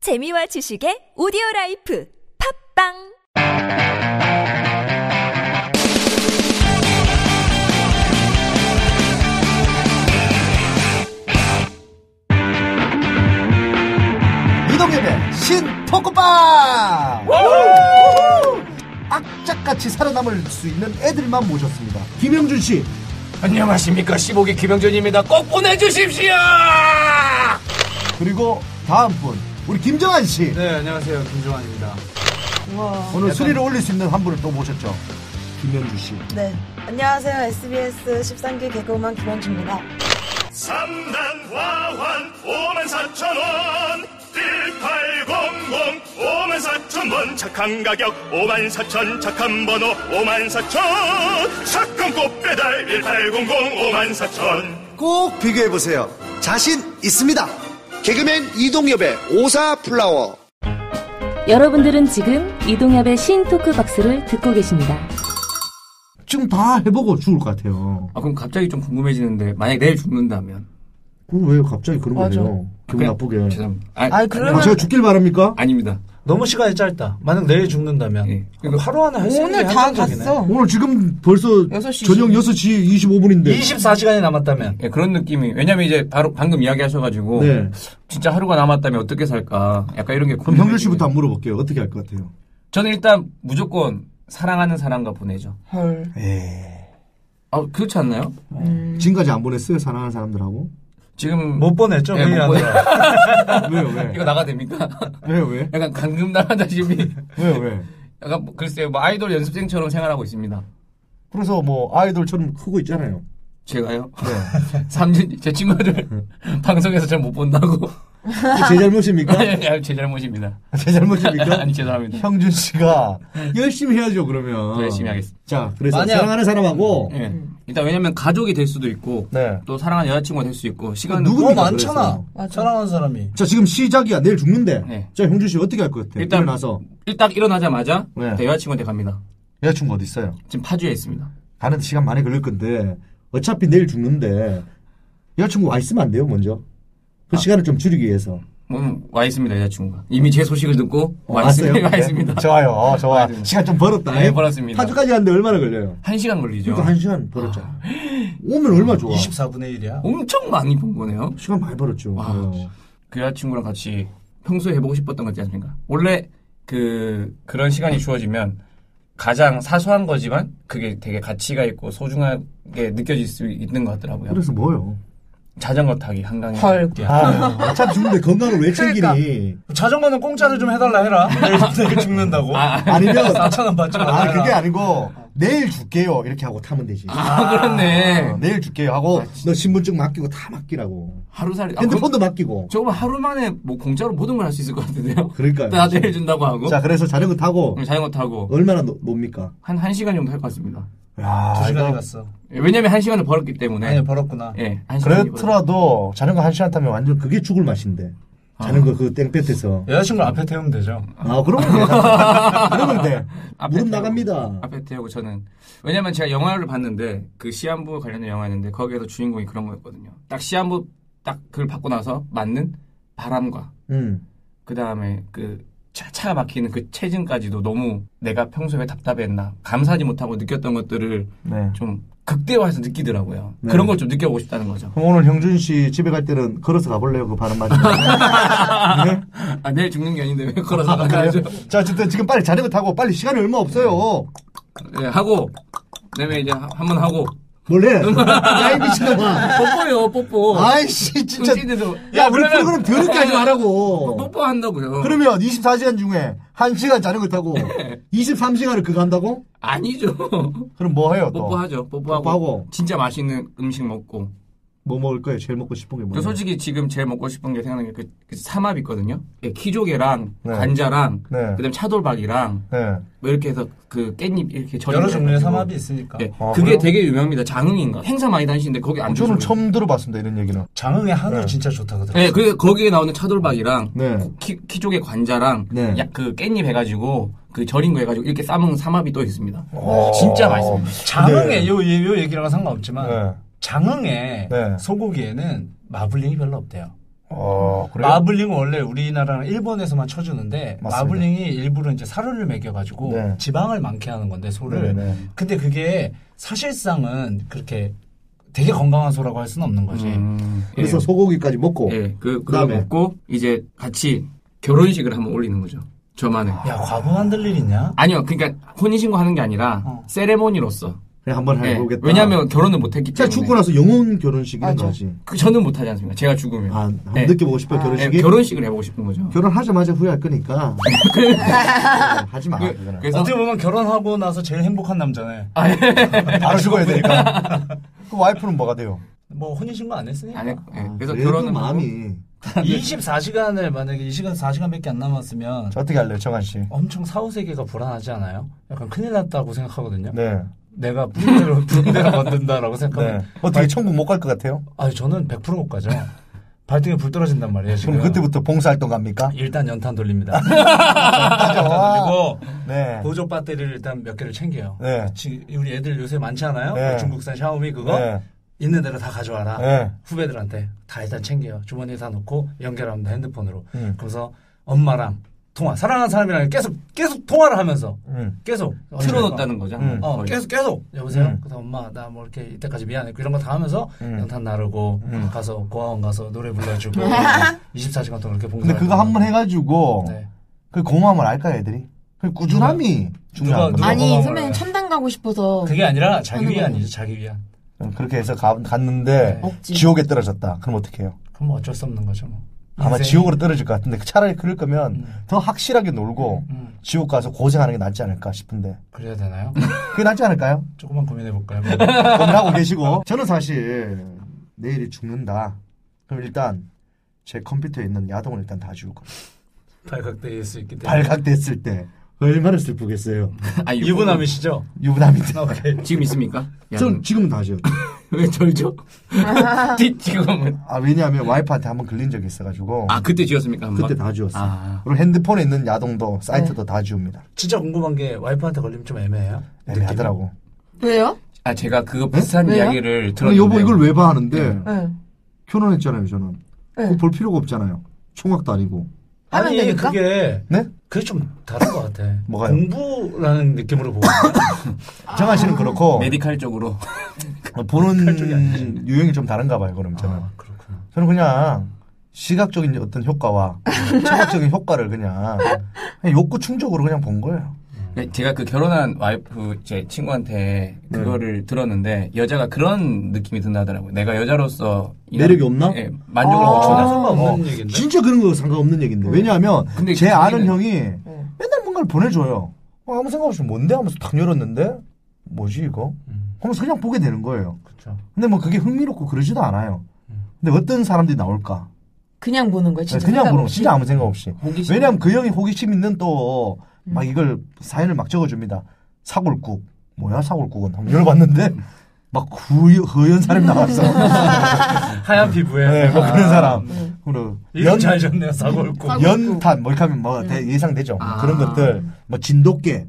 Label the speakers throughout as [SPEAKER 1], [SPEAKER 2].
[SPEAKER 1] 재미와 지식의 오디오 라이프 팝빵
[SPEAKER 2] 이동엽의 신토크빵! 악착같이 살아남을 수 있는 애들만 모셨습니다. 김영준 씨,
[SPEAKER 3] 안녕하십니까 15기 김영준입니다 꼭 보내주십시오
[SPEAKER 2] 그리고 다음 분, 우리 김정한 씨.
[SPEAKER 4] 네, 안녕하세요. 김종환입니다.
[SPEAKER 2] 오늘 수리를 올릴 수 있는 한 분을 또 모셨죠. 네, 김영준 씨.
[SPEAKER 5] 네. 안녕하세요. SBS 13기 개그우먼 김현주입니다.
[SPEAKER 6] 삼단 화환 5만 4천 원 1800 5만 4천 원 착한 가격 5만 4천 착한 번호 5만 4천 사건 꽃 배달 1800 5만 4천
[SPEAKER 7] 꼭 비교해보세요. 자신 있습니다. 개그맨 이동엽의 오사 플라워.
[SPEAKER 8] 여러분들은 지금 이동엽의 신토크 박스를 듣고 계십니다.
[SPEAKER 2] 지금 다 해보고 죽을 것 같아요.
[SPEAKER 3] 아 그럼 갑자기 좀 궁금해지는데 만약 내일 죽는다면
[SPEAKER 2] 어, 그왜 갑자기 그런
[SPEAKER 5] 맞아.
[SPEAKER 2] 거예요? 기분
[SPEAKER 3] 그냥-
[SPEAKER 2] 나쁘게.
[SPEAKER 3] 죄송합니다 아,
[SPEAKER 5] 아니,
[SPEAKER 2] 아,
[SPEAKER 5] 그러면
[SPEAKER 2] 제가 죽길 바랍니까?
[SPEAKER 3] 아닙니다
[SPEAKER 4] 너무 시간이 짧다. 만약 내일 죽는다면.
[SPEAKER 3] 예.
[SPEAKER 4] 그럼 하루 안에 할수
[SPEAKER 5] 오늘 다 갔어.
[SPEAKER 2] 오늘 지금 벌써
[SPEAKER 5] 여섯 시
[SPEAKER 2] 저녁 6시 25분인데.
[SPEAKER 4] 24시간이 남았다면.
[SPEAKER 3] 예, 그런 느낌이 왜냐면 이제 바로 방금 이야기하셔가지고
[SPEAKER 2] 네.
[SPEAKER 3] 진짜 하루가 남았다면 어떻게 살까 약간 이런 게
[SPEAKER 2] 그럼 형준
[SPEAKER 3] 궁금해지네요.
[SPEAKER 2] 씨부터 한번 물어볼게요. 어떻게 할 것 같아요?
[SPEAKER 3] 저는 일단 무조건 사랑하는 사람과 보내죠
[SPEAKER 5] 헐.
[SPEAKER 3] 아 그렇지 않나요?
[SPEAKER 2] 지금까지 안 보냈어요? 사랑하는 사람들하고?
[SPEAKER 3] 지금
[SPEAKER 4] 못 보냈죠?
[SPEAKER 3] 예,
[SPEAKER 4] 매일
[SPEAKER 3] 못
[SPEAKER 4] 안
[SPEAKER 3] 보내-
[SPEAKER 4] 들어.
[SPEAKER 2] 왜요, 왜?
[SPEAKER 3] 이거 나가 됩니까?
[SPEAKER 2] 왜요, 왜?
[SPEAKER 3] 약간 감금 당하다시피
[SPEAKER 2] 왜요, 왜?
[SPEAKER 3] 약간 뭐- 글쎄요 뭐 아이돌 연습생처럼 생활하고 있습니다
[SPEAKER 2] 그래서 뭐 아이돌처럼 크고 있잖아요.
[SPEAKER 3] 제가요? 네. 삼진 제 친구들 방송에서 잘 못 본다고
[SPEAKER 2] 제 잘못입니까?
[SPEAKER 3] 아니, 아니, 제 잘못입니다.
[SPEAKER 2] 제 잘못입니까?
[SPEAKER 3] 네. 아니, 죄송합니다. 네.
[SPEAKER 2] 형준 씨가 열심히 해야죠 그러면.
[SPEAKER 3] 더 열심히 하겠습니다.
[SPEAKER 2] 자, 그래서
[SPEAKER 4] 만약-
[SPEAKER 2] 사랑하는 사람하고
[SPEAKER 3] 예. 일단 왜냐면 가족이 될 수도 있고
[SPEAKER 2] 음. 네.
[SPEAKER 3] 또 사랑하는 여자친구가 될 수 있고 시간은 뭐,
[SPEAKER 2] 누구-
[SPEAKER 4] 너무
[SPEAKER 2] 그래서.
[SPEAKER 4] 많잖아. 사랑하는 사람이.
[SPEAKER 2] 자 지금 시작이야 내일 죽는데.
[SPEAKER 3] 네.
[SPEAKER 2] 자 형준 씨 어떻게 할 것 같아요?
[SPEAKER 3] 일단
[SPEAKER 2] 일어나서
[SPEAKER 3] 일단 일어나자마자
[SPEAKER 2] 네.
[SPEAKER 3] 일단 여자친구한테 갑니다.
[SPEAKER 2] 여자친구 어디 있어요?
[SPEAKER 3] 지금 파주에 있습니다.
[SPEAKER 2] 가는데 시간 많이 걸릴 건데 어차피 내일 죽는데 여자친구 와 있으면 안 돼요 먼저.
[SPEAKER 3] 아.
[SPEAKER 2] 그 시간을 좀 줄이기 위해서.
[SPEAKER 3] 음, 와 있습니다 여자친구가 이미 제 소식을 듣고 와
[SPEAKER 2] 왔어요?
[SPEAKER 3] 있습니다. 와
[SPEAKER 2] 네.
[SPEAKER 3] 있습니다.
[SPEAKER 2] 좋아요, 어, 좋아. 시간 좀 벌었다.
[SPEAKER 3] 네, 벌었습니다.
[SPEAKER 2] 파주까지 갔는데 얼마나 걸려요?
[SPEAKER 3] 한 시간 걸리죠.
[SPEAKER 2] 그러니까 한 시간 벌었잖아. 오면 얼마 좋아?
[SPEAKER 4] 24분의 1이야.
[SPEAKER 3] 엄청 많이 본 거네요.
[SPEAKER 2] 시간 많이 벌었죠.
[SPEAKER 3] 와.
[SPEAKER 2] 어.
[SPEAKER 3] 그 여자친구랑 같이 평소에 해보고 싶었던 거 있지 않습니까? 원래 그 그런 시간이 주어지면 가장 사소한 거지만 그게 되게 가치가 있고 소중하게 느껴질 수 있는 것 같더라고요.
[SPEAKER 2] 그래서 뭐요?
[SPEAKER 3] 자전거 타기 한강에
[SPEAKER 5] 헐.
[SPEAKER 3] 뛰어.
[SPEAKER 2] 아, 참 죽는데 건강을 왜 챙기니?
[SPEAKER 4] 그러니까 자전거는 공짜를 좀 해달라 해라. 내일, 내일 죽는다고.
[SPEAKER 2] 아니면
[SPEAKER 4] 4천원 받지 마.
[SPEAKER 2] 아 그게 아니고 내일 줄게요 이렇게 하고 타면 되지.
[SPEAKER 3] 아, 그렇네.
[SPEAKER 2] 어, 내일 줄게요 하고
[SPEAKER 4] 아,
[SPEAKER 2] 너 신분증 맡기고 다 맡기라고.
[SPEAKER 3] 하루살이. 아,
[SPEAKER 2] 핸드폰도
[SPEAKER 3] 그럼
[SPEAKER 2] 맡기고.
[SPEAKER 3] 저거 하루 만에 뭐 공짜로 모든 걸 할 수 있을 것 같은데요.
[SPEAKER 2] 그러니까요.
[SPEAKER 3] 다 내려준다고 하고.
[SPEAKER 2] 자 그래서 자전거 타고
[SPEAKER 3] 음, 자전거 타고
[SPEAKER 2] 얼마나 노- 놉니까?
[SPEAKER 3] 한 한 시간 정도 할 것 같습니다.
[SPEAKER 2] 야,
[SPEAKER 4] 2시간이 갔어.
[SPEAKER 3] 예, 왜냐면 한 시간을 벌었기 때문에.
[SPEAKER 4] 아니, 벌었구나.
[SPEAKER 3] 예, 한 시간.
[SPEAKER 2] 그렇더라도 자전거 한 시간 타면 완전 그게 죽을 맛인데. 자전거 그 땡볕에서.
[SPEAKER 4] 여자친구를 앞에 태우면 되죠.
[SPEAKER 2] 아 그러면 돼. 그러면 돼.
[SPEAKER 3] 앞에
[SPEAKER 2] 무릎
[SPEAKER 3] 태우고,
[SPEAKER 2] 나갑니다.
[SPEAKER 3] 앞에 태우고 저는 왜냐면 제가 영화를 봤는데 그 시한부 관련된 영화였는데 거기에서 주인공이 그런 거였거든요. 딱 시한부 딱 그걸 받고 나서 맞는 바람과
[SPEAKER 2] 음.
[SPEAKER 3] 그 다음에 그 차, 차가 막히는 그 체증까지도 너무 내가 평소에 왜 답답했나 감사하지 못하고 느꼈던 것들을
[SPEAKER 2] 네.
[SPEAKER 3] 좀 극대화해서 느끼더라고요.
[SPEAKER 2] 네.
[SPEAKER 3] 그런 걸 좀 느껴보고 싶다는 거죠.
[SPEAKER 2] 그럼 오늘 형준 씨 집에 갈 때는 걸어서 가볼래요? 그 바람 맞으면. 네?
[SPEAKER 3] 아, 내일 죽는 게 아닌데 왜 걸어서 가야죠?
[SPEAKER 2] 자, 어쨌든 지금 빨리 자전거 타고 빨리 시간이 얼마 없어요.
[SPEAKER 3] 네, 하고 그다음에 이제 한 번 하고
[SPEAKER 2] 몰래. 야이 미친놈아.
[SPEAKER 3] 뽀뽀요 뽀뽀.
[SPEAKER 2] 아이씨 진짜.
[SPEAKER 3] 음식에서-
[SPEAKER 2] 야 우리
[SPEAKER 3] 그러면- 뭐,
[SPEAKER 2] 프로그램 더럽게 하지 말라고.
[SPEAKER 3] 뽀뽀한다고요.
[SPEAKER 2] 그러면 24시간 중에 1시간 자전거 타고 23시간을 그거 한다고?
[SPEAKER 3] 아니죠.
[SPEAKER 2] 그럼 뭐 해요 또?
[SPEAKER 3] 뽀뽀하죠. 뽀뽀하고,
[SPEAKER 2] 뽀뽀하고.
[SPEAKER 3] 진짜 맛있는 음식 먹고.
[SPEAKER 2] 뭐 먹을 거예요? 제일 먹고 싶은 게
[SPEAKER 3] 그
[SPEAKER 2] 뭐예요?
[SPEAKER 3] 솔직히 지금 제일 먹고 싶은 게 생각나는 게 그 삼합 있거든요. 예, 키조개랑
[SPEAKER 2] 네.
[SPEAKER 3] 관자랑
[SPEAKER 2] 네.
[SPEAKER 3] 그다음 에 차돌박이랑
[SPEAKER 2] 네.
[SPEAKER 3] 뭐 이렇게 해서 그 깻잎 이렇게 절임
[SPEAKER 4] 여러 종류의 삼합이 있으니까.
[SPEAKER 3] 예,
[SPEAKER 2] 아,
[SPEAKER 3] 그게
[SPEAKER 2] 그래요? 어,
[SPEAKER 3] 되게 유명합니다. 장흥인가 행사 많이 다니시는데 거기 안
[SPEAKER 2] 저는
[SPEAKER 3] 주시고요.
[SPEAKER 2] 처음 들어봤습니다 이런 얘기는.
[SPEAKER 4] 장흥의 한우
[SPEAKER 2] 네.
[SPEAKER 4] 진짜 좋다거든.
[SPEAKER 3] 네, 그 거기에 나오는 차돌박이랑
[SPEAKER 2] 네.
[SPEAKER 3] 고- 키, 키조개 관자랑
[SPEAKER 2] 네.
[SPEAKER 3] 약 그 깻잎 해가지고 그 절인 거 해가지고 이렇게 싸먹는 삼합이 또 있습니다.
[SPEAKER 2] 어.
[SPEAKER 3] 진짜 맛있습니다.
[SPEAKER 4] 장흥의 요, 요, 요 얘기랑은 상관없지만.
[SPEAKER 2] 네.
[SPEAKER 4] 장흥의
[SPEAKER 2] 네.
[SPEAKER 4] 소고기에는 마블링이 별로 없대요.
[SPEAKER 3] 어,
[SPEAKER 2] 네?
[SPEAKER 3] 그래요?
[SPEAKER 4] 마블링은 원래 우리나라랑 일본에서만 쳐주는데
[SPEAKER 3] 맞습니다.
[SPEAKER 4] 마블링이 일부러 이제 사료를 먹여가지고
[SPEAKER 9] 네.
[SPEAKER 4] 지방을 많게 하는 건데 소를
[SPEAKER 9] 네네네.
[SPEAKER 4] 근데 그게 사실상은 그렇게 되게 건강한 소라고 할 수는 없는 거지
[SPEAKER 3] 음,
[SPEAKER 9] 그래서 소고기까지 먹고
[SPEAKER 3] 예, 예, 그, 그거
[SPEAKER 9] 그다음에?
[SPEAKER 3] 먹고 이제 같이 결혼식을 한번 올리는 거죠. 저만의.
[SPEAKER 4] 야 과거 만들 일 있냐?
[SPEAKER 3] 아니요, 그러니까 혼인신고 하는 게 아니라
[SPEAKER 4] 어.
[SPEAKER 3] 세레모니로서.
[SPEAKER 9] 아, 그냥 한번
[SPEAKER 3] 예,
[SPEAKER 9] 해보겠다.
[SPEAKER 3] 왜냐하면 결혼을 못했기
[SPEAKER 9] 제가
[SPEAKER 3] 때문에.
[SPEAKER 9] 죽고 나서 영혼 결혼식인 거지.
[SPEAKER 3] 그 저는 못하지 않습니까? 제가 죽으면.
[SPEAKER 9] 아, 한번
[SPEAKER 3] 예,
[SPEAKER 9] 느껴보고 그, 싶어 결혼식이.
[SPEAKER 3] 예, 결혼식을 해보고 싶은 거죠.
[SPEAKER 9] 결혼하자마자 후회할 거니까. 네, 하지 마.
[SPEAKER 3] 그,
[SPEAKER 9] 그거는.
[SPEAKER 3] 그래서
[SPEAKER 4] 어떻게 보면 결혼하고 나서 제일 행복한 남자네
[SPEAKER 3] 아, 예.
[SPEAKER 9] 바로 죽어야 되니까. 그 와이프는 뭐가 돼요?
[SPEAKER 4] 뭐 혼인신고 안 했으니까
[SPEAKER 3] 아니, 예, 그래서
[SPEAKER 9] 그래도
[SPEAKER 3] 결혼은
[SPEAKER 4] 뭐?
[SPEAKER 9] 마음이
[SPEAKER 4] 24시간을 만약에 이 시간 4시간밖에 안 남았으면
[SPEAKER 2] 어떻게 할래요, 정한 씨?
[SPEAKER 4] 엄청 사후세계가 불안하지 않아요? 약간 큰일 났다고 생각하거든요
[SPEAKER 2] 네.
[SPEAKER 4] 내가 부대로 부대로 만든다라고 생각하면
[SPEAKER 2] 네. 어떻게 천국 못 갈 것 같아요?
[SPEAKER 4] 아 저는 100%못 가죠. 발등에 불 떨어진단 말이에요. 지금
[SPEAKER 2] 그럼 그때부터 뭐- 봉사활동 갑니까? 아,
[SPEAKER 4] 일단 연탄 돌립니다. 연탄 돌리고
[SPEAKER 2] 네.
[SPEAKER 4] 보조 배터리를 일단 몇 개를 챙겨요.
[SPEAKER 2] 네.
[SPEAKER 4] 지- 우리 애들 요새 많잖아요.
[SPEAKER 2] 네.
[SPEAKER 4] 중국산 샤오미 그거
[SPEAKER 2] 네.
[SPEAKER 4] 있는 대로 다 가져와라.
[SPEAKER 2] 네.
[SPEAKER 4] 후배들한테 다 일단 챙겨요. 주머니에 다 넣고 연결합니다 핸드폰으로.
[SPEAKER 2] 음.
[SPEAKER 4] 그래서 엄마랑 통화 사랑하는 사람이랑 계속 계속 통화를 하면서
[SPEAKER 2] 음.
[SPEAKER 4] 계속
[SPEAKER 3] 틀어놓다는 거죠.
[SPEAKER 2] 음.
[SPEAKER 4] 어,
[SPEAKER 3] 거의.
[SPEAKER 4] 계속 계속 여보세요.
[SPEAKER 2] 음.
[SPEAKER 4] 그래서 엄마 나 뭐 이렇게 이때까지 미안했고 이런 거 다 하면서
[SPEAKER 2] 음.
[SPEAKER 4] 연탄 나르고 뭐 가서 고아원 가서 노래 불러주고 24시간 동안 이렇게 봉사.
[SPEAKER 2] 근데 그거 한 번 해가지고
[SPEAKER 4] 네.
[SPEAKER 2] 그 공허함을 알까요, 애들이? 그 꾸준함이 중요한
[SPEAKER 4] 누가-
[SPEAKER 2] 거죠.
[SPEAKER 5] 아니
[SPEAKER 4] 먹어봐라.
[SPEAKER 5] 선배님 천당 가고 싶어서
[SPEAKER 4] 그게 아니라 자기
[SPEAKER 5] 하는
[SPEAKER 4] 위안이죠
[SPEAKER 5] 거죠.
[SPEAKER 4] 자기 위안.
[SPEAKER 2] 음, 그렇게 해서 가,
[SPEAKER 4] 네.
[SPEAKER 2] 갔는데
[SPEAKER 5] 먹지.
[SPEAKER 2] 지옥에 떨어졌다. 그럼 어떡해요?
[SPEAKER 4] 그럼 뭐 어쩔 수 없는 거죠 뭐.
[SPEAKER 2] 아마
[SPEAKER 4] 인생이-
[SPEAKER 2] 지옥으로 떨어질 것 같은데 차라리 그럴 거면
[SPEAKER 4] 음.
[SPEAKER 2] 더 확실하게 놀고
[SPEAKER 4] 음,
[SPEAKER 2] 지옥 가서 고생하는 게 낫지 않을까 싶은데
[SPEAKER 4] 그래야 되나요?
[SPEAKER 2] 그게 낫지 않을까요?
[SPEAKER 4] 조금만 고민해 볼까요? 뭐?
[SPEAKER 2] 고민하고 계시고
[SPEAKER 9] 저는 사실 내일이 죽는다. 그럼 일단 제 컴퓨터에 있는 야동을 일단 다 지울 거예요.
[SPEAKER 4] 발각될 수 있기 때문에.
[SPEAKER 9] 발각됐을 때 네. 얼마나 슬프겠어요.
[SPEAKER 3] 아, 이거 뭐
[SPEAKER 4] 유부남이시죠?
[SPEAKER 9] 유부남인데.
[SPEAKER 4] 오케이.
[SPEAKER 3] 지금 있습니까? 야,
[SPEAKER 9] 전 지금은 다 지웠죠.
[SPEAKER 3] 왜 절죠? 뒤- 지금은
[SPEAKER 2] 아 왜냐하면 와이프한테 한번 걸린 적이 있어가지고
[SPEAKER 3] 아 그때 지었습니까? 한 번?
[SPEAKER 9] 그때 다 지웠어요.
[SPEAKER 3] 아.
[SPEAKER 2] 그리고 핸드폰에 있는 야동도 사이트도 다 지웁니다. 네,
[SPEAKER 4] 진짜 궁금한 게 와이프한테 걸리면 좀 애매해요.
[SPEAKER 2] 애매하더라고.
[SPEAKER 5] 왜요?
[SPEAKER 3] 아 제가 그거 비슷한
[SPEAKER 5] 왜요?
[SPEAKER 3] 이야기를
[SPEAKER 9] 네? 근데
[SPEAKER 3] 들었는데
[SPEAKER 9] 여보 이걸 왜 봐
[SPEAKER 2] 네.
[SPEAKER 9] 하는데
[SPEAKER 5] 응.
[SPEAKER 9] 켜놓았잖아요 저는.
[SPEAKER 5] 네.
[SPEAKER 9] 그거 볼 필요가 없잖아요. 총각도 아니고.
[SPEAKER 5] 하면
[SPEAKER 4] 아니
[SPEAKER 5] 되니까?
[SPEAKER 4] 그게
[SPEAKER 2] 네?
[SPEAKER 4] 그게 좀 다른 것 같아.
[SPEAKER 2] 뭐가요?
[SPEAKER 4] 공부라는 느낌으로 보거든요.
[SPEAKER 2] 정한 씨는 그렇고
[SPEAKER 9] 아,
[SPEAKER 3] 메디칼 쪽으로
[SPEAKER 2] 보는 어, 유형이 좀 다른가 봐요. 그럼 저는
[SPEAKER 4] 아, 그렇구나.
[SPEAKER 2] 저는 그냥 시각적인 어떤 효과와 청각적인 효과를 그냥, 그냥 욕구 충족으로 그냥 본 거예요.
[SPEAKER 3] 네, 제가 그 결혼한 와이프 제 친구한테 그거를 들었는데 여자가 그런 느낌이 든다더라고요. 내가 여자로서 이런-
[SPEAKER 9] 매력이 없나?
[SPEAKER 3] 예,
[SPEAKER 2] 아.
[SPEAKER 3] 만족을 못
[SPEAKER 4] 아,
[SPEAKER 2] 어.
[SPEAKER 4] 전혀
[SPEAKER 3] 준다.
[SPEAKER 4] 상관없는 얘기인데. 음. 그
[SPEAKER 9] 진짜 그런 거 상관없는 얘기인데. 왜냐하면
[SPEAKER 3] 근데
[SPEAKER 2] 제
[SPEAKER 3] 자기는-
[SPEAKER 2] 아는 형이
[SPEAKER 4] 네.
[SPEAKER 2] 맨날 뭔가를 보내줘요. 어, 아무 생각 없이 뭔데 하면서 탁 열었는데 뭐지 이거?
[SPEAKER 4] 음.
[SPEAKER 2] 하면서 그냥 보게 되는 거예요.
[SPEAKER 4] 그렇죠.
[SPEAKER 2] 근데 뭐 그게 흥미롭고 그러지도 않아요.
[SPEAKER 4] 음.
[SPEAKER 2] 근데 어떤 사람들이 나올까?
[SPEAKER 5] 네, 그냥 보는 거예요. 진짜
[SPEAKER 2] 그냥
[SPEAKER 5] 생각
[SPEAKER 2] 보는 거,
[SPEAKER 5] 없이?
[SPEAKER 2] 진짜 아무 생각 없이.
[SPEAKER 3] 호기심.
[SPEAKER 2] 왜냐하면 그 형이 호기심 있는 또 막 이걸 사연을 막 적어줍니다. 사골국 뭐야 사골국은 한번 열어봤는데 막 후, 허연 사람이 나왔어.
[SPEAKER 4] 하얀 피부에.
[SPEAKER 2] 네, 뭐 그런 사람. 그리고
[SPEAKER 4] 이름 잘 졌네요, 사골국.
[SPEAKER 5] 사골국.
[SPEAKER 2] 연탄 뭐 이렇게 하면 뭐 대- 예상되죠. 뭐
[SPEAKER 3] 아.
[SPEAKER 2] 그런 것들 뭐 진돗개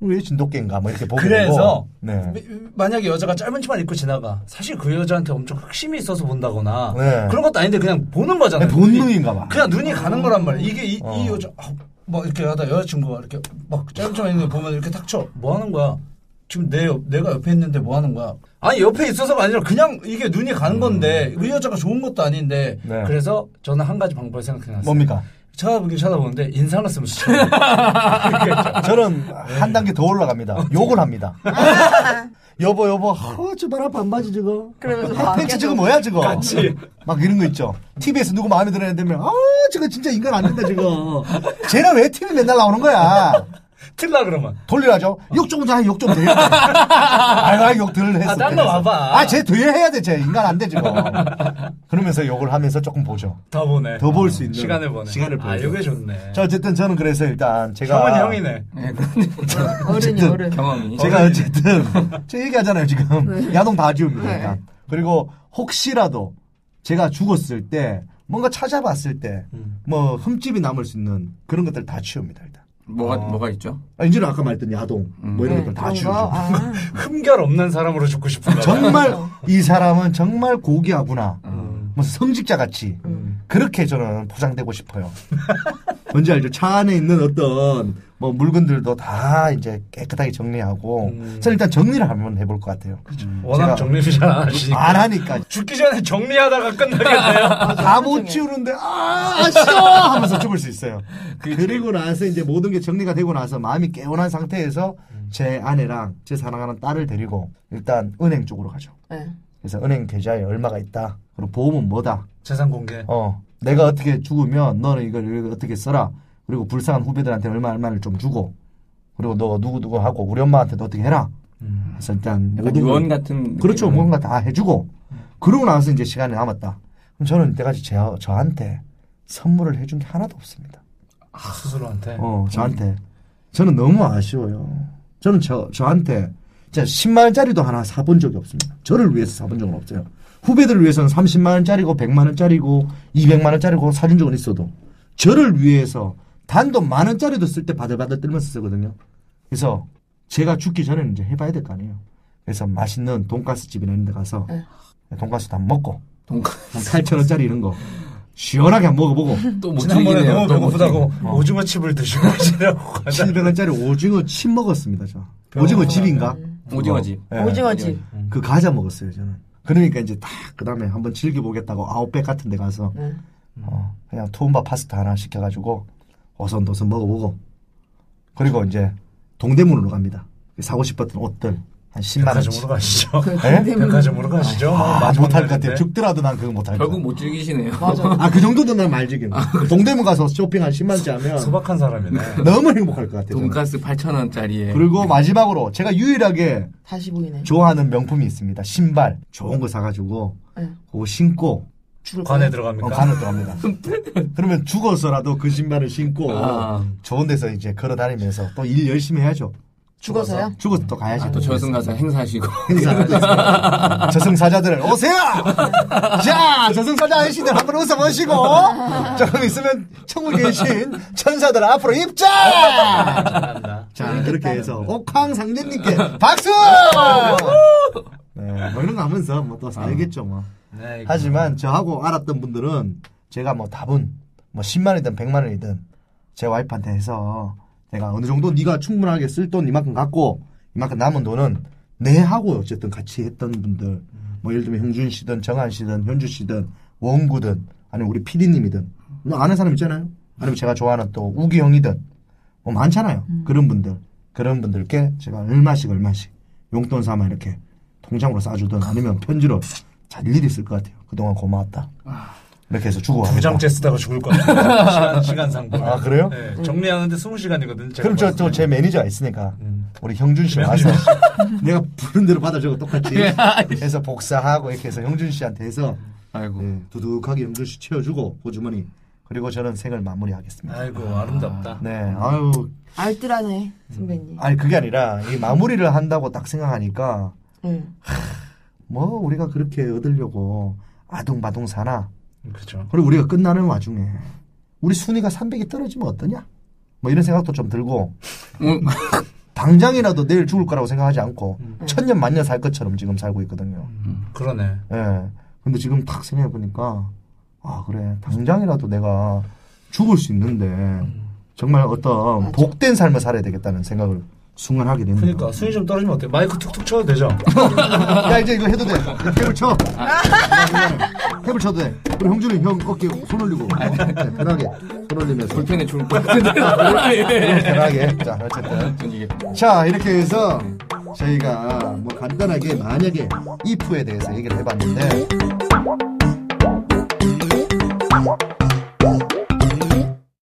[SPEAKER 2] 왜 진돗개인가 뭐 이렇게 보게
[SPEAKER 4] 그래서
[SPEAKER 2] 되고. 네.
[SPEAKER 4] 만약에 여자가 짧은 치마를 입고 지나가 사실 그 여자한테 엄청 흑심이 있어서 본다거나
[SPEAKER 2] 네.
[SPEAKER 4] 그런 것도 아닌데 그냥 보는 거잖아요.
[SPEAKER 2] 그냥 본능인가 봐.
[SPEAKER 4] 그냥 눈이 가는 거란 말이야. 이게 이,
[SPEAKER 2] 어.
[SPEAKER 4] 이 여자 아, 막 이렇게 하다 여자친구가 이렇게 막 짧은 치마 있는 거 보면 이렇게 탁쳐 뭐 하는 거야? 지금 내 옆- 내가 옆에 있는데 뭐 하는 거야? 아니 옆에 있어서가 아니라 그냥 이게 눈이 가는 건데 그 여자가 좋은 것도 아닌데
[SPEAKER 2] 음. 네.
[SPEAKER 4] 그래서 저는 한 가지 방법을 생각해놨어요.
[SPEAKER 2] 뭡니까?
[SPEAKER 4] 쳐다보긴 쳐다보는데 인상을 쓰면 수쳐.
[SPEAKER 2] 저는
[SPEAKER 4] 네.
[SPEAKER 2] 한 단계 더 올라갑니다. 욕을 합니다. 여보 여보 어저 바람 반바지 저거
[SPEAKER 5] 그러면서
[SPEAKER 4] 아,
[SPEAKER 5] 막
[SPEAKER 2] 팬츠 저거 뭐야 저거 같이 막 이런 거 있죠. TV에서 누구 마음에 드는 애 되면 아 저거 진짜 인간 안 된다 저거. 쟤는 왜 TV 맨날 나오는 거야?
[SPEAKER 4] 틀라 그러면.
[SPEAKER 2] 돌리라죠. 욕 좀 자, 욕 좀 더 해. 아, 욕덜 했어.
[SPEAKER 4] 아, 딴거 와봐.
[SPEAKER 2] 아, 쟤 뒤에 해야 돼, 쟤. 인간 안 되지, 뭐. 그러면서 욕을 하면서 조금 보죠.
[SPEAKER 4] 더 보네.
[SPEAKER 2] 더 볼 수 있는.
[SPEAKER 4] 시간을 보네.
[SPEAKER 2] 시간을
[SPEAKER 4] 아,
[SPEAKER 2] 보죠.
[SPEAKER 4] 이게 좋네.
[SPEAKER 2] 자, 어쨌든 저는 그래서 일단 제가.
[SPEAKER 4] 형은 형이네.
[SPEAKER 5] 어른이 어른.
[SPEAKER 3] 경험이.
[SPEAKER 2] 제가 어쨌든, 저 얘기하잖아요,
[SPEAKER 5] 네.
[SPEAKER 2] 지금. 야동 다 지웁니다, 일단. 그리고 혹시라도 제가 죽었을 때, 뭔가 찾아봤을 때, 뭐, 흠집이 남을 수 있는 그런 것들 다 치웁니다, 일단.
[SPEAKER 3] 뭐가 뭐가 있죠?
[SPEAKER 9] 아, 이제는 아까 말했던 야동 뭐 이런 것들 다
[SPEAKER 5] 음. 네, 그런
[SPEAKER 9] 지우죠.
[SPEAKER 5] 거? 아.
[SPEAKER 4] 흠결 없는 사람으로 죽고 싶은가 봐.
[SPEAKER 9] 음.
[SPEAKER 2] 정말 이 사람은 정말 고귀하구나. 무슨 성직자 같이 그렇게 저는 포장되고 싶어요.
[SPEAKER 9] 뭔지 알죠? 차 안에 있는 어떤
[SPEAKER 2] 뭐 물건들도 다 이제 깨끗하게 정리하고
[SPEAKER 9] 음.
[SPEAKER 2] 저는 일단 정리를 한번 해볼 것 같아요. 음.
[SPEAKER 4] 워낙 정리를 잘 안 하시니까.
[SPEAKER 2] 안 하니까
[SPEAKER 4] 죽기 전에 정리하다가 끝나겠네요.
[SPEAKER 2] 아, 다 못 치우는데 아 아쉬워 하면서 죽을 수 있어요. 그리고 나서 이제 모든 게 정리가 되고 나서 마음이 개운한 상태에서 제 아내랑 제 사랑하는 딸을 데리고 일단 은행 쪽으로 가죠.
[SPEAKER 5] 네.
[SPEAKER 2] 그래서 은행 계좌에 얼마가 있다. 그리고 보험은 뭐다.
[SPEAKER 4] 재산 공개.
[SPEAKER 2] 어, 내가 어떻게 죽으면 너는 이걸 이렇게 어떻게 써라. 그리고 불쌍한 후배들한테 얼마 얼마를 좀 주고. 그리고 너 누구 누구 하고 우리 엄마한테도 어떻게 해라. 그래서 일단
[SPEAKER 3] 약간
[SPEAKER 2] 모든
[SPEAKER 3] 유언
[SPEAKER 2] 걸-
[SPEAKER 3] 같은
[SPEAKER 2] 그렇죠.
[SPEAKER 3] 느낌으로.
[SPEAKER 2] 뭔가 다 해주고. 그러고 나서 이제 시간이 남았다. 그럼 저는 이때까지 제, 저한테 선물을 해준 게 하나도 없습니다.
[SPEAKER 4] 스스로한테.
[SPEAKER 2] 어, 저한테. 저는 너무 아쉬워요. 저는 저, 저한테 진짜 10만원짜리도 하나 사본 적이 없습니다. 저를 위해서 사본 적은 없어요. 후배들을 위해서는 30만원짜리고 100만원짜리고 200만원짜리고 사준 적은 있어도 저를 위해서 단돈 만원짜리도 쓸 때 바들바들 떨면서 쓰거든요. 그래서 제가 죽기 전에는 이제 해봐야 될 거 아니에요. 그래서 맛있는 돈가스 집이나 이런 데 가서 돈가스 다 먹고
[SPEAKER 3] 돈가-
[SPEAKER 2] 한 8천원짜리 이런 거 시원하게 한번 먹어보고
[SPEAKER 3] 또못
[SPEAKER 4] 지난번에
[SPEAKER 3] 즐기네요.
[SPEAKER 4] 너무
[SPEAKER 3] 또
[SPEAKER 4] 배고프다고
[SPEAKER 3] 못 즐기네. 어.
[SPEAKER 4] 오징어 칩을 드시고 가시라고 하자.
[SPEAKER 2] 700원짜리 오징어 칩 먹었습니다, 저.
[SPEAKER 4] 아,
[SPEAKER 2] 오징어 집인가?
[SPEAKER 4] 네.
[SPEAKER 3] 오징어집.
[SPEAKER 2] 예.
[SPEAKER 5] 네, 오징어집.
[SPEAKER 4] 음.
[SPEAKER 2] 그 과자 먹었어요, 저는. 그러니까 이제 딱, 그 다음에 한번 즐겨보겠다고 아웃백 같은 데 가서,
[SPEAKER 4] 음.
[SPEAKER 2] 어, 그냥 투움바 파스타 하나 시켜가지고, 어선도선 먹어보고, 그리고 이제 동대문으로 갑니다. 그 사고 싶었던 옷들, 한 10만원씩.
[SPEAKER 4] 백화점으로 가시죠. 네,
[SPEAKER 2] 예?
[SPEAKER 4] 백화점으로 가시죠. 뭐
[SPEAKER 2] 아,
[SPEAKER 4] 마지막
[SPEAKER 2] 못할 것
[SPEAKER 4] 날인데. 뭐-
[SPEAKER 2] 같아요. 죽더라도 난 그거 못할 것
[SPEAKER 3] 결국
[SPEAKER 2] 같아요.
[SPEAKER 3] 못 즐기시네요.
[SPEAKER 2] 아, 그 정도도 난 말지긴. 동대문 가서 쇼핑 한 10만원씩 하면
[SPEAKER 4] 아, 소박한 사람이네.
[SPEAKER 2] 너무 행복할 것 같아요. 저는.
[SPEAKER 3] 돈가스 8,000원짜리에.
[SPEAKER 2] 그리고 마지막으로 제가 유일하게
[SPEAKER 5] 다시 보이네.
[SPEAKER 2] 좋아하는 명품이 있습니다. 신발 좋은 거 사가지고
[SPEAKER 5] 네.
[SPEAKER 2] 그거 신고
[SPEAKER 5] 죽을
[SPEAKER 4] 관에
[SPEAKER 5] 거야.
[SPEAKER 2] 어,
[SPEAKER 4] 들어갑니까?
[SPEAKER 2] 간을 들어갑니다. 그러면 죽어서라도 그 신발을 신고
[SPEAKER 3] 아.
[SPEAKER 2] 좋은 데서 이제 걸어 다니면서 또 일 열심히 해야죠.
[SPEAKER 5] 죽어서요?
[SPEAKER 2] 죽어서 또 가야지.
[SPEAKER 3] 아, 또 저승 가서 행사하시고.
[SPEAKER 2] 행사. 저승사자들 오세요! 자, 저승사자 아저씨들 한번 웃어보시고, 조금 있으면 천국에 계신 천사들 앞으로 입장! 자, 그렇게 해서, 옥황 상제님께 박수! 네, 뭐 이런 거 하면서 뭐 또 살겠죠, 뭐.
[SPEAKER 4] 네, 이거.
[SPEAKER 2] 하지만 저하고 알았던 분들은 제가 뭐 답은 뭐 10만원이든 100만원이든 제 와이프한테 해서 내가 어느 정도 네가 충분하게 쓸 돈 이만큼 갖고 이만큼 남은 돈은 내 하고 어쨌든 같이 했던 분들 뭐 예를 들면 형준 씨든 정한 씨든 현주 씨든 원구든 아니면 우리 PD님이든 아는 사람 있잖아요. 아니면 제가 좋아하는 또 우기 형이든 뭐 많잖아요.
[SPEAKER 4] 음.
[SPEAKER 2] 그런 분들 그런 분들께 제가 얼마씩 얼마씩 용돈 삼아 이렇게 통장으로 싸주든 아니면 편지로 잘 일이 있을 것 같아요. 그동안 고마웠다. 이렇게 해서 주고
[SPEAKER 4] 아. 두 장째 쓰다가 죽을 것 같아요. 시간, 시간상. 보면.
[SPEAKER 2] 어. 아, 그래요?
[SPEAKER 4] 네, 정리하는데 20시간이거든요.
[SPEAKER 2] 그럼 저 저 제 매니저가 있으니까
[SPEAKER 4] 음.
[SPEAKER 2] 우리 형준 씨 와서 내가 부른 대로 받아 저거 똑같이
[SPEAKER 4] 예,
[SPEAKER 2] 해서 복사하고 이렇게 해서 형준 씨한테 해서
[SPEAKER 3] 아이고.
[SPEAKER 2] 예, 두둑하게 형준 씨 채워주고 보주머니 그리고 저는 생을 마무리하겠습니다.
[SPEAKER 4] 아이고, 아름답다.
[SPEAKER 2] 네, 아유,
[SPEAKER 5] 알뜰하네 선배님.
[SPEAKER 2] 아니 그게 아니라 이 마무리를 한다고 딱 생각하니까
[SPEAKER 5] 응.
[SPEAKER 2] 뭐 우리가 그렇게 얻으려고 아둥바둥 사나
[SPEAKER 4] 그죠.
[SPEAKER 2] 그리고 우리가 끝나는 와중에 우리 순위가 300이 떨어지면 어떠냐? 뭐 이런 생각도 좀 들고
[SPEAKER 3] 음.
[SPEAKER 2] 당장이라도 내일 죽을 거라고 생각하지 않고
[SPEAKER 4] 음. 네.
[SPEAKER 2] 천년 만년 살 것처럼 지금 살고 있거든요.
[SPEAKER 4] 그러네.
[SPEAKER 2] 예. 근데 지금 탁 생각해 보니까 아 그래 당장이라도 내가 죽을 수 있는데
[SPEAKER 4] 음.
[SPEAKER 2] 정말 어떤 복된 삶을 살아야 되겠다는 생각을 순간 하게 되는
[SPEAKER 4] 그러니까 순위 좀 떨어지면 어때요? 마이크 툭툭 쳐도 되죠?
[SPEAKER 2] 야 이제 이거 해도 돼. 테이블 쳐. 테이블 쳐도 돼. 우리 형준이 형 어깨 손 올리고 네, 편하게 손 올리면서
[SPEAKER 3] 불편해 죽을 것 같은데.
[SPEAKER 2] 편하게. 자 어쨌든. 자 이렇게 해서 저희가 뭐 간단하게 만약에 if에 대해서 얘기를 해봤는데